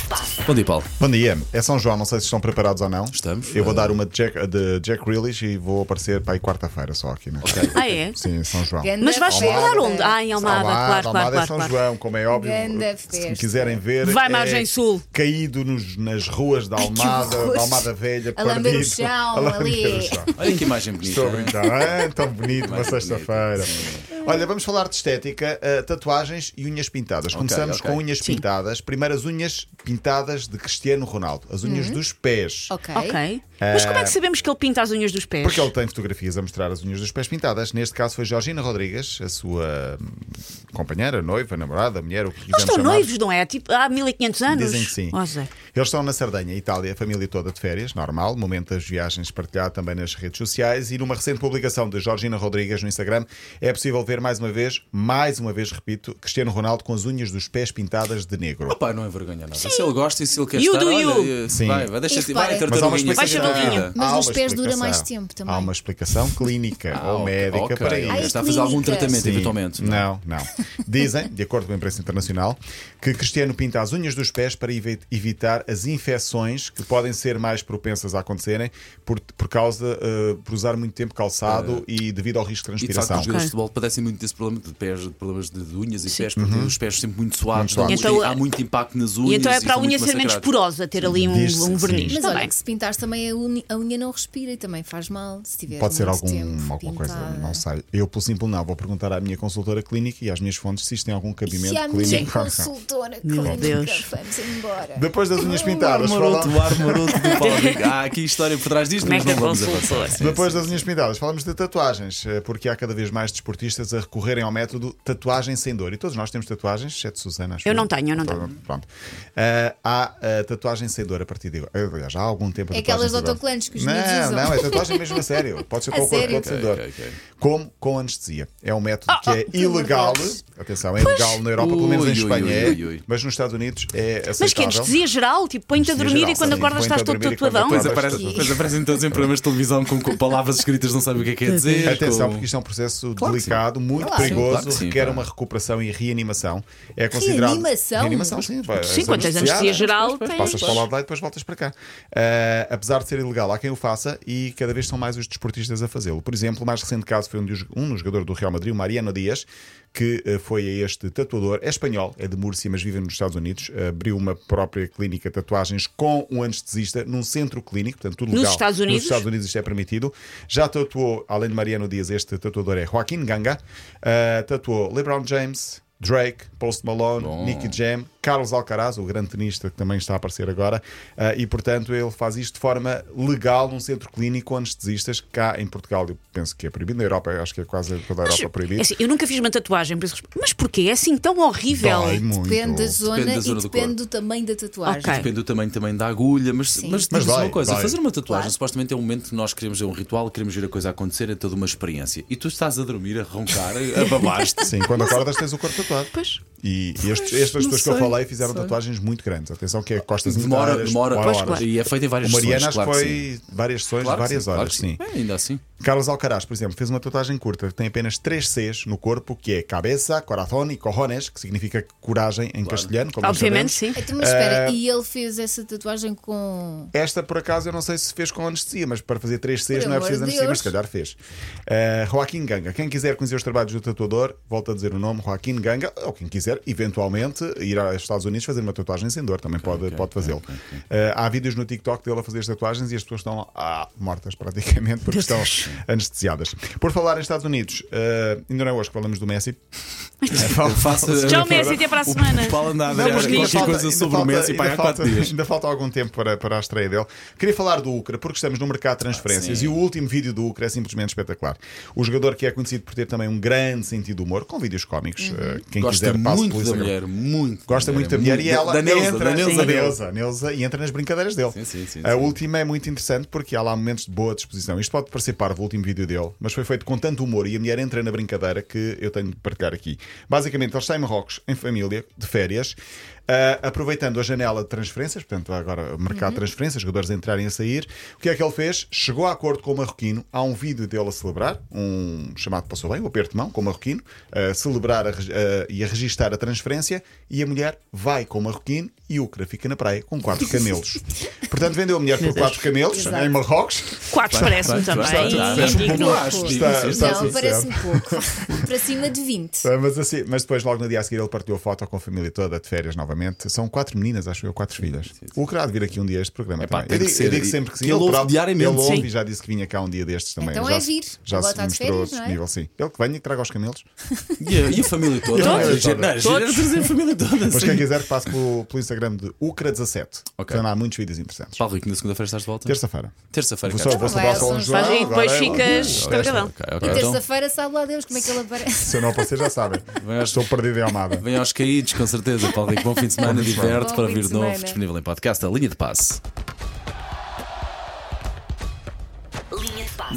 se passa? Bom dia, Paulo. Bom dia, é São João, não sei se estão preparados ou não. Estamos. Eu vou Eh, dar uma de Jack, de Jack Grealish e vou aparecer para aí quarta-feira só aqui, né? Ah, é? Sim, São João. Mas vais Almada. celebrar onde? Ah, em Almada, Almada, claro, Almada claro, é São claro. claro. João, como é óbvio. Grande Se me festa. quiserem ver. Vai, é Margem Sul. Caído nos, nas ruas da Almada, horror. da Almada Velha, A lamber o perdido. chão, A lamber ali. o chão. Olha que imagem bonita. Estou a brincar, é tão bonito, uma Mais bonito, sexta-feira. Olha, vamos falar de estética, eh, tatuagens e unhas pintadas. Começamos ok. com unhas pintadas. Primeiro, as unhas pintadas de Cristiano Ronaldo, as unhas dos pés. Ok. Uhum. Ok. Mas como é que sabemos que ele pinta as unhas dos pés? Porque ele tem fotografias a mostrar as unhas dos pés pintadas. Neste caso foi Georgina Rodrigues, a sua hum, companheira, noiva, namorada, mulher, o que Eles quisermos estão chamar. noivos, não é? Tipo, há 1500 anos? Dizem que sim. Ó, Zé. Eles estão na Sardenha, Itália, a família toda de férias, normal, momento das viagens partilhado também nas redes sociais e numa recente publicação de Georgina Rodrigues no Instagram é possível ver mais uma vez, mais uma vez repito, Cristiano Ronaldo com as unhas dos pés pintadas de negro. Opa, não envergonha nada. Se ele gosta e se ele quer You estar, do you. olha, eh, Sim. vai, vai, deixa E te vai reparem- ter Mas há uma tartaruguinha, explicação. seja Vai, nada. Mas Há nos uma pés dura explicação. mais tempo também. é Há uma explicação clínica Ah, ou ok, médica ok. para isso. Ai, Está a fazer algum clínica. tratamento, Sim. eventualmente. é? Não, não. Dizem, de acordo com a imprensa internacional, que Cristiano pinta as unhas dos pés para evi- evitar as infecções que podem ser mais propensas a acontecerem por, por causa eh, por usar muito tempo calçado e devido ao risco de Eh, E de facto, transpiração. os jogadores de futebol padecem muito desse problema de pés, de problemas de de unhas e pés, porque os pés sempre muito suados, Uhum. Muito dá suados. muito- Então, há muito impacto nas unhas. E então é para a são unha muito ser menos massacrados. porosa, ter ali um, Diz-se, um sim. verniz. Mas Tá olha bem. que se pintares também a, uni- a unha não respira e também faz mal. Se tiver Pode ser muito algum, tempo alguma coisa, eh. pintada. não sei. Eu, pelo simples, não. Vou perguntar à minha consultora clínica e às minhas fontes se isto tem algum cabimento Se a clínico. minha consultora clínica, Deus. vamos embora. Depois das unhas pintadas, Maroto, fala- o ar maroto do Paulo Rico. Há aqui história por trás disto, Como é mas que não vamos consulta? avançar. Sim, Depois sim, das sim. unhas pintadas, falamos de tatuagens, eh, porque há cada vez mais desportistas a recorrerem ao método tatuagem sem dor. E todos nós temos tatuagens, exceto Susana. acho Eu não tenho, eu não Pronto, Pronto. Eh, há eh, tatuagem sem dor a partir de agora. Eh, Aliás, há algum tempo. a É tatuagem aquelas sem dor. autocolantes que os Não, miúdos usam. não, é tatuagem mesmo a sério. Pode ser A com o corpo sério? todo sem dor. Ok, ok. Como com anestesia. É um método que é oh, pelo amor de ilegal. Deus. Atenção, é ilegal na Europa, pelo menos em Ui, ui, Espanha é, ui, ui. mas nos Estados Unidos é aceitável. Mas que é anestesia geral? Tipo, põe-te a Anestesia dormir geral, e quando sim. acordas Põe-te a estás todo dormir e quando tatuadão? Depois, acordas- aparece, depois aparecem todos em programas de televisão com, com palavras escritas, não sabem o que é que quer dizer. Atenção, com- porque isto é um processo Claro que delicado, muito Claro. perigoso, Sim, claro que sim, requer pá. uma recuperação e reanimação. É considerado. Reanimação? Reanimação, sim. vai- Sim, as quando tens anestesia anestesiadas, geral, depois tens- Passas para lá de lá e depois voltas para cá. Ah, apesar de ser ilegal, há quem o faça e cada vez são mais os desportistas a fazê-lo. Por exemplo, o mais recente caso foi um, dos, um jogador do Real Madrid, o Mariano Dias, que ah, foi a este tatuador. É espanhol, é de Múrcia, mas vive nos Estados Unidos. Abriu uma própria clínica de tatuagens com um anestesista num centro clínico, portanto, tudo Nos legal. Estados Unidos? Nos Estados Unidos isto é permitido. Já tatuou, além de Mariano Dias, este tatuador é Joaquim Ganga. Ah, tatuou LeBron James, Drake, Post Malone, Bom. Nicky Jam, Carlos Alcaraz, o grande tenista que também está a aparecer agora. Ah, e, portanto, ele faz isto de forma legal num centro clínico anestesistas cá em Portugal. Eu penso que é proibido. Na Europa, eu acho que é quase toda a Mas, Europa proibido. é assim, eu nunca fiz uma tatuagem, por isso resp- mas porquê? É assim tão horrível. Dói muito. Depende da zona, da zona do e depende corpo. do tamanho da tatuagem. Ok. Depende do tamanho também da agulha, mas, mas diz-me dói, uma coisa: dói. fazer uma tatuagem supostamente é um momento que nós queremos ver um ritual, queremos ver a coisa acontecer, é toda uma experiência. E tu estás a dormir, a roncar, a babar-te. Sim, quando acordas tens o corpo tatuado. Pois. E estes- estas não pessoas que eu sei, falei fizeram sei. tatuagens muito grandes. Atenção que é costas Demora, inteiras, demora, demora claro. horas. e é feito em várias O Mariana sessões, acho que claro que sim. foi várias sessões, Claro que várias sim, claro horas, que sim. É, ainda assim. Carlos Alcaraz, por exemplo, fez uma tatuagem curta que tem apenas 3 Cs no corpo, que é cabeça, coração e cojones, que significa coragem em castelhano, como nós Obviamente, sabemos. sim. Então, Mas espera, e ele fez essa tatuagem com. Esta, por acaso, eu não sei se fez com anestesia, mas para fazer 3 Cs Por não é amor preciso de anestesia, mas Deus. se calhar fez. Eh, Joaquim Ganga. Quem quiser conhecer os trabalhos do tatuador, volta a dizer o nome, Joaquim Ganga, ou quem quiser, eventualmente, ir aos Estados Unidos fazer uma tatuagem sem dor, também pode, pode fazê-lo. Eh, há vídeos no TikTok dele a fazer as tatuagens e as pessoas estão ah, mortas praticamente porque estão anestesiadas. Por falar em Estados Unidos, eh, ainda não é hoje que falamos do Messi. É, Eu faço- Tchau, Messi, até para a semana. O Paulo anda a Não, ver mas ainda é, qualquer falta- coisa ainda sobre o falta- Messi para ainda há 4 falta- dias. Ainda falta algum tempo para, para a estreia dele. Queria falar do Ucra, porque estamos no mercado de transferências Ah, sim. e o último vídeo do Ucra é simplesmente espetacular. O jogador que é conhecido por ter também um grande sentido de humor, com vídeos Uhum. cómicos. eh, Quem Gosta quiser, passe muito pelo da Instagram. mulher, muito. Gosta muito da mulher e ela Da Neuza, entra, da Neuza Sim. dele. Neuza, Neuza, e entra nas brincadeiras dele. Sim, sim, sim, a sim. última é muito interessante porque há lá momentos de boa disposição. Isto pode parecer parvo o último vídeo dele, mas foi feito com tanto humor e a mulher entra na brincadeira que eu tenho de partilhar aqui. Basicamente, eles saem em Marrocos em família, de férias. Ah, aproveitando a janela de transferências, portanto, agora o mercado de transferências, jogadores a entrarem e a sair, o que é que ele fez? Chegou a acordo com o marroquino, há um vídeo dele a celebrar, um chamado Passou Bem, um aperto de mão com o marroquino, a celebrar a reg- ah, e a registar a transferência, e a mulher vai com o marroquino e o Ucra fica na praia com quatro camelos. portanto, vendeu a mulher por quatro camelos né, Exato. em Marrocos. Quatro parece-me Está- está- também. é está- está- indigno. está- está- está- está- está- a não, ser parece-me pouco. Para cima de 20. Ah, Mas, assim, mas depois, logo no dia a seguir, ele partiu a foto com a família toda de férias novamente. São quatro meninas, acho eu, quatro filhas. O que há de vir aqui um dia a este programa. Epá, também. tem eu, que digo, ser. eu digo sempre que sim. Que ele ouve próprio- diariamente. Ele ouve Sim. e já disse que vinha cá um dia destes também. Então já é se- vir. Já Ele se está de mostrou férias, não é? disponível, sim. Ele que venha e que traga os camelos. E a, e a família toda? Todos. Não, é giro- não, é giro Todos. trazer a família toda. Mas sim. quem quiser que passe pelo, pelo Instagram de Ucra17. Ok. Portanto, há muitos vídeos interessantes. Paulo Rico, na segunda-feira estás de volta? Terça-feira. Terça-feira, Vou cá só estás. vou celebrar vai, São São João. João. E depois agora é- ficas- Ok, Cabelão. ok, ok. E Então, terça-feira sabe lá Deus como é que ele aparece. Se eu não aparecer, já sabem. aos- Estou perdido em Almada. Vem aos caídos, com certeza, Paulo Rico. Bom fim de semana, diverte Bom para fim vir de de novo. semana. Disponível em podcast, a linha de passe.